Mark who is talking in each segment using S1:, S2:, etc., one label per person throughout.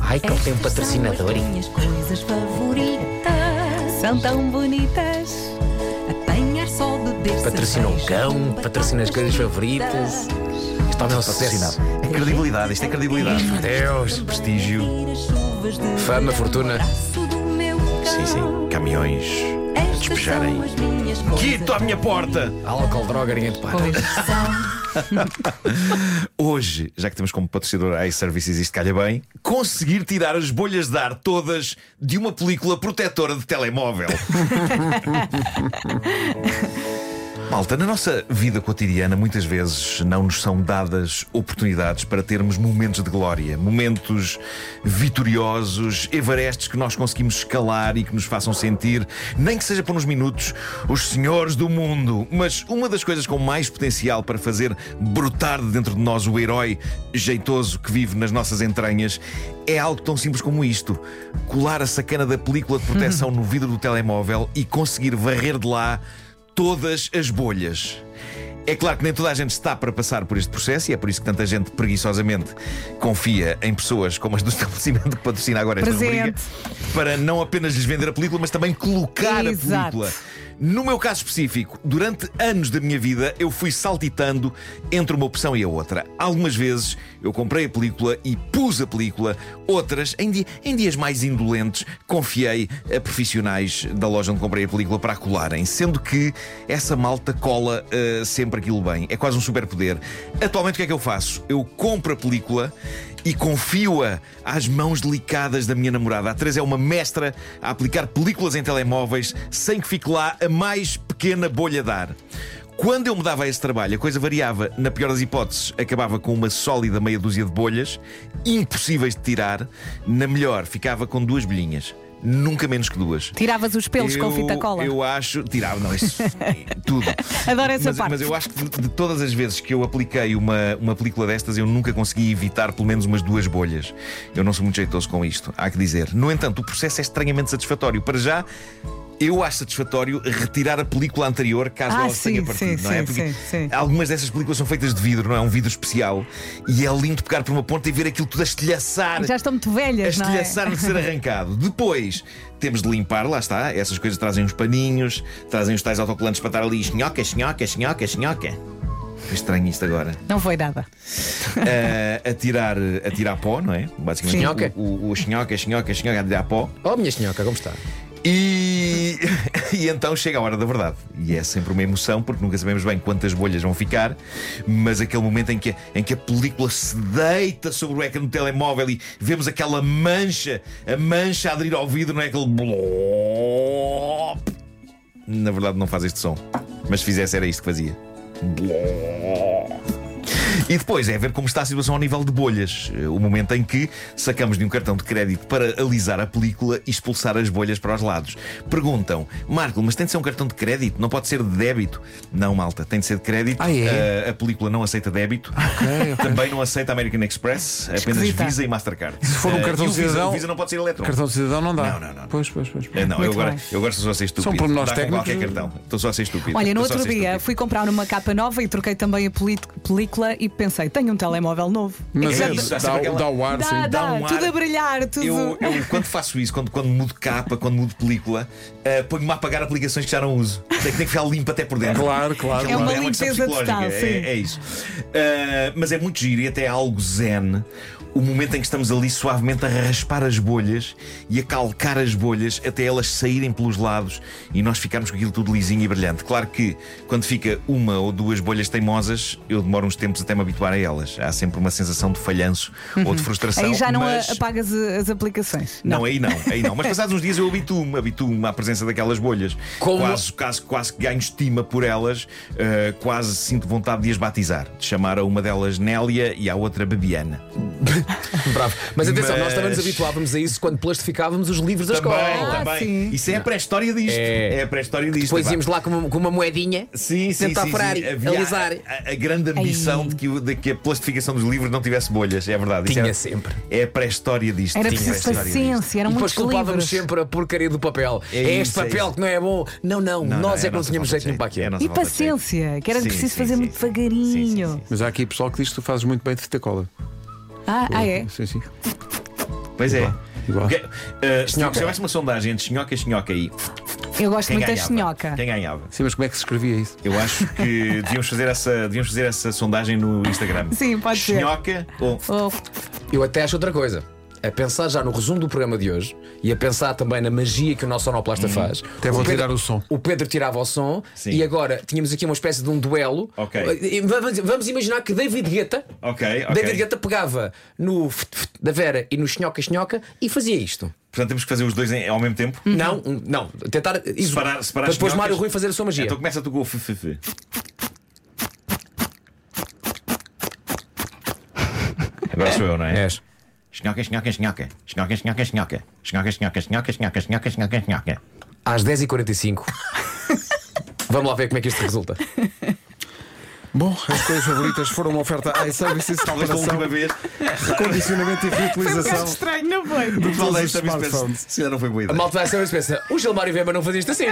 S1: Ai, que ele tem um
S2: Estas
S1: patrocinador.
S2: São as minhas coisas favoritas. São tão bonitas. Apanhar só beber.
S1: Patrocina o
S2: cerveja,
S1: cão,
S2: batatas
S1: patrocina as coisas favoritas. Este homem é um sucesso.
S3: É credibilidade, isto é credibilidade.
S1: Meu Deus.
S3: Prestígio.
S1: Fama, fortuna.
S3: Sim, sim. Caminhões. despejarem. Quito à minha porta!
S1: Álcool, droga, ninguém te para.
S2: Pois são.
S3: Hoje, já que temos como patrocinador a iServices, isto calha bem, conseguir tirar as bolhas de ar todas de uma película protetora de telemóvel. Malta, na nossa vida cotidiana, muitas vezes não nos são dadas oportunidades para termos momentos de glória, momentos vitoriosos, everestes que nós conseguimos escalar e que nos façam sentir, nem que seja por uns minutos, os senhores do mundo. Mas uma das coisas com mais potencial para fazer brotar de dentro de nós o herói jeitoso que vive nas nossas entranhas é algo tão simples como isto: colar a sacana da película de proteção no vidro do telemóvel e conseguir varrer de lá todas as bolhas. É claro que nem toda a gente está para passar por este processo e é por isso que tanta gente preguiçosamente confia em pessoas como as do estabelecimento que patrocina agora esta rubrica
S4: Presente.
S3: para não apenas lhes vender a película, mas também colocar a
S4: Exato.
S3: película. No meu caso específico, durante anos da minha vida, eu fui saltitando entre uma opção e a outra. Algumas vezes eu comprei a película e pus a película, outras, em, di- em dias mais indolentes, confiei a profissionais da loja onde comprei a película para a colarem, sendo que essa malta cola ah, sempre aquilo bem. É quase um superpoder. Atualmente, o que é que eu faço? Eu compro a película e confio-a às mãos delicadas da minha namorada. A Teresa é uma mestra a aplicar películas em telemóveis sem que fique lá a mais pequena bolha de ar. Quando eu me dava a esse trabalho, a coisa variava. Na pior das hipóteses, acabava com uma sólida meia dúzia de bolhas, impossíveis de tirar. Na melhor, ficava com duas bolhinhas. Nunca menos que duas.
S4: Tiravas os pelos com
S3: Eu-
S4: fita cola.
S3: Eu acho. Tirava, não, isso. tudo.
S4: Adoro essa
S3: mas,
S4: parte.
S3: mas eu acho que de, de todas as vezes que eu apliquei uma, uma película destas, eu nunca consegui evitar pelo menos umas duas bolhas. Eu não sou muito jeitoso com isto, há que dizer. No entanto, o processo é estranhamente satisfatório. Para já. Eu acho satisfatório retirar a película anterior caso
S4: Ah,
S3: ela se tenha
S4: sim,
S3: partido,
S4: sim,
S3: não é?
S4: sim,
S3: Porque
S4: sim, sim.
S3: Algumas dessas películas são feitas de vidro, não é? Um vidro especial. E é lindo pegar por uma ponta e ver aquilo tudo a estilhaçar
S4: Já estão muito velhas, não é?
S3: estilhaçar de ser arrancado. Depois temos de limpar, lá está. Essas coisas trazem uns paninhos, trazem os tais autocolantes para estar ali. Xinhoca, xinhoca, xinhoca, xinhoca. Foi estranho isto agora.
S4: Não foi nada.
S3: Ah, a, tirar, a tirar pó, não é? Basicamente.
S1: Xinhoca.
S3: O, o, o xinhoca, xinhoca, xinhoca, a tirar pó.
S1: Oh, minha senhoca, como está?
S3: E, e então chega a hora da verdade. E é sempre uma emoção, porque nunca sabemos bem quantas bolhas vão ficar, mas aquele momento em que, em que a película se deita sobre o ecrã do telemóvel e vemos aquela mancha, a mancha a aderir ao vidro, não é aquele blop. Na verdade, não faz este som, mas se fizesse, era isto que fazia. E depois é ver como está a situação ao nível de bolhas. Eh, O momento em que sacamos de um cartão de crédito para alisar a película e expulsar as bolhas para os lados. Perguntam, Marco, mas tem de ser um cartão de crédito? Não pode ser de débito? Não, malta, tem de ser de crédito.
S1: Ah, é?
S3: Eh, a película não aceita débito.
S5: Ah,
S3: Também não aceita American Express, apenas
S4: Esquisita.
S3: Visa e Mastercard. Se
S5: for um cartão cidadão-
S3: O Visa não pode ser eletrónico.
S5: Cartão de cidadão não É dá.
S3: Não, não, não.
S5: Pois, pois, pois.
S3: Eh, Não, eu
S4: Muito
S3: agora,
S4: bem.
S3: eu agora sou só a ser estúpido.
S5: pormenores
S3: Dá com
S5: técnicos.
S3: qualquer cartão. Estou só a ser estúpido.
S4: Olha, no
S3: Estou só a
S4: outro
S3: ser
S4: dia
S3: estúpido.
S4: fui comprar uma capa nova e troquei também a peli- película e pensei, tenho um telemóvel novo.
S5: Mas
S3: É
S5: é,
S3: isso,
S5: dá,
S3: aquela-
S5: dá o ar,
S4: Dá,
S5: sim.
S4: dá,
S3: um ar.
S4: tudo a brilhar, tudo.
S3: Eu, eu, quando faço isso, quando, quando mudo capa, quando mudo película, eh, ponho-me a apagar aplicações que já não uso. Tem que, tem que ficar limpo até por dentro.
S5: Claro, claro.
S4: É uma
S3: questão
S4: limpeza
S3: psicológica,
S4: total,
S3: é,
S4: sim.
S3: é isso. Eh, mas é muito giro e até é algo zen o momento em que estamos ali suavemente a raspar as bolhas e a calcar as bolhas até elas saírem pelos lados e nós ficarmos com aquilo tudo lisinho e brilhante. Claro que quando fica uma ou duas bolhas teimosas, eu demoro uns tempos até me habituar a elas. Há sempre uma sensação de falhanço ou de frustração.
S4: Uhum. Aí já não a-
S3: mas...
S4: apagas a- as aplicações.
S3: Não, aí não, aí não. Mas passados uns dias eu habituo-me, habituo-me à presença daquelas bolhas.
S1: Como-
S3: Quase, quase, quase que ganho estima por elas, eh, quase sinto vontade de as batizar, de chamar a uma delas Nélia e à outra Bebiana.
S1: Bravo. Mas atenção, nós também nos
S3: Mas-
S1: habituávamos a isso quando plastificávamos os livros da
S3: Também,
S1: escola.
S3: também.
S4: Ah, sim.
S3: Isso é a pré-história disto.
S1: É.
S3: É, a pré-história disto.
S1: Depois
S3: vá.
S1: íamos lá com uma, com uma moedinha.
S3: Sim, sim,
S1: Tentar
S3: sim,
S1: furar
S3: sim.
S1: e
S3: Havia
S1: alisar.
S3: A, a- a grande ambição
S4: Ai.
S3: de que, o- de que a plastificação dos livros não tivesse bolhas, é verdade. Isso
S1: Tinha
S3: era-
S1: sempre.
S3: É a pré-história disto.
S4: Era
S3: Tinha a
S4: preciso
S3: pré-história disto.
S4: paciência, eram
S1: e depois
S4: muitos
S1: culpávamos
S4: livros.
S1: sempre a porcaria do papel. É,
S3: É
S1: este
S3: isso, é
S1: papel
S3: isso.
S1: que não é bom. Não, não,
S3: Não,
S1: nós
S3: não,
S1: é que
S3: a
S1: não
S3: nossa
S1: tínhamos
S3: falta
S1: jeito nenhum
S3: de
S1: para aquilo.
S3: É a nossa
S4: E
S3: falta de
S4: paciência, que era
S3: Sim,
S4: preciso
S3: sim,
S4: fazer
S3: sim,
S4: muito
S3: sim.
S4: devagarinho.
S3: Sim, sim, sim.
S5: Mas há aqui pessoal que diz que tu fazes muito bem de fita cola.
S4: Ah, ah, é?
S5: Sim, sim.
S3: Pois é.
S5: Igual, igual.
S3: O que- ah, se tivesse uma sondagem de chinhoca, chinhoca aí.
S4: Eu gosto
S3: Quem
S4: muito da
S3: ganhava?
S4: chinhoca.
S3: Quem ganhava?
S5: Sim, mas como é que se escrevia isso?
S3: Eu acho que devíamos fazer essa, devíamos fazer essa sondagem no Instagram.
S4: Sim, pode ser.
S3: Chinhoca ou.
S4: Oh,
S1: Eu até acho outra coisa. A pensar já no resumo do programa de hoje e a pensar também na magia que o nosso sonoplasta
S3: Uhum.
S1: faz.
S5: Até vou tirar o som.
S1: O Pedro tirava o som
S3: Sim.
S1: e agora tínhamos aqui uma espécie de um duelo.
S3: Ok.
S1: E Vamos, vamos imaginar que David Guetta,
S3: Ok, ok.
S1: David Guetta pegava no f- f- da Vera e no Chinhoca Chinhoca e fazia isto.
S3: Portanto, temos que fazer os dois em- ao mesmo tempo.
S1: Não, um, não, tentar iso-
S3: Uhum. Separar- separar
S1: para depois
S3: chinhocas.
S1: Mário Rui fazer a sua magia.
S3: Então começa tu com o FFF. Agora sou eu, não é?
S1: És.
S3: Chinhoca, chinhoca, chinhoca. Chinhoca, chinhoca, chinhoca. Chinhoca, chinhoca, chinhoca, chinhoca, chinhoca, chinhoca, chinhoca.
S1: Às 10h45. Vamos lá ver como é que isto resulta.
S5: Bom, as coisas favoritas foram uma oferta iServices,
S3: Talvez da
S5: reparação,
S3: última vez.
S5: recondicionamento e reutilização.
S4: estranho, não foi?
S3: Talvez também
S5: os
S3: se pense-
S5: smartphones.
S3: Se calhar não foi boa
S1: A
S3: ideia.
S1: malta vai saber e pensa: o Gilmário Weber não fazia isto assim.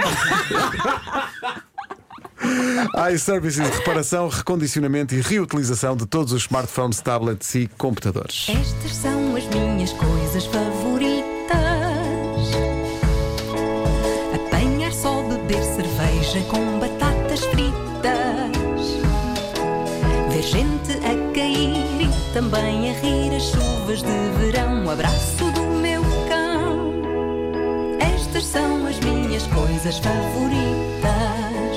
S5: iServices, reparação, recondicionamento e reutilização de todos os smartphones, tablets e computadores.
S2: Estas são as minhas coisas favoritas: apanhar só, beber cerveja com batatas fritas, ver gente a cair e também a rir as chuvas de verão. O abraço do meu cão. Estas são as minhas coisas favoritas.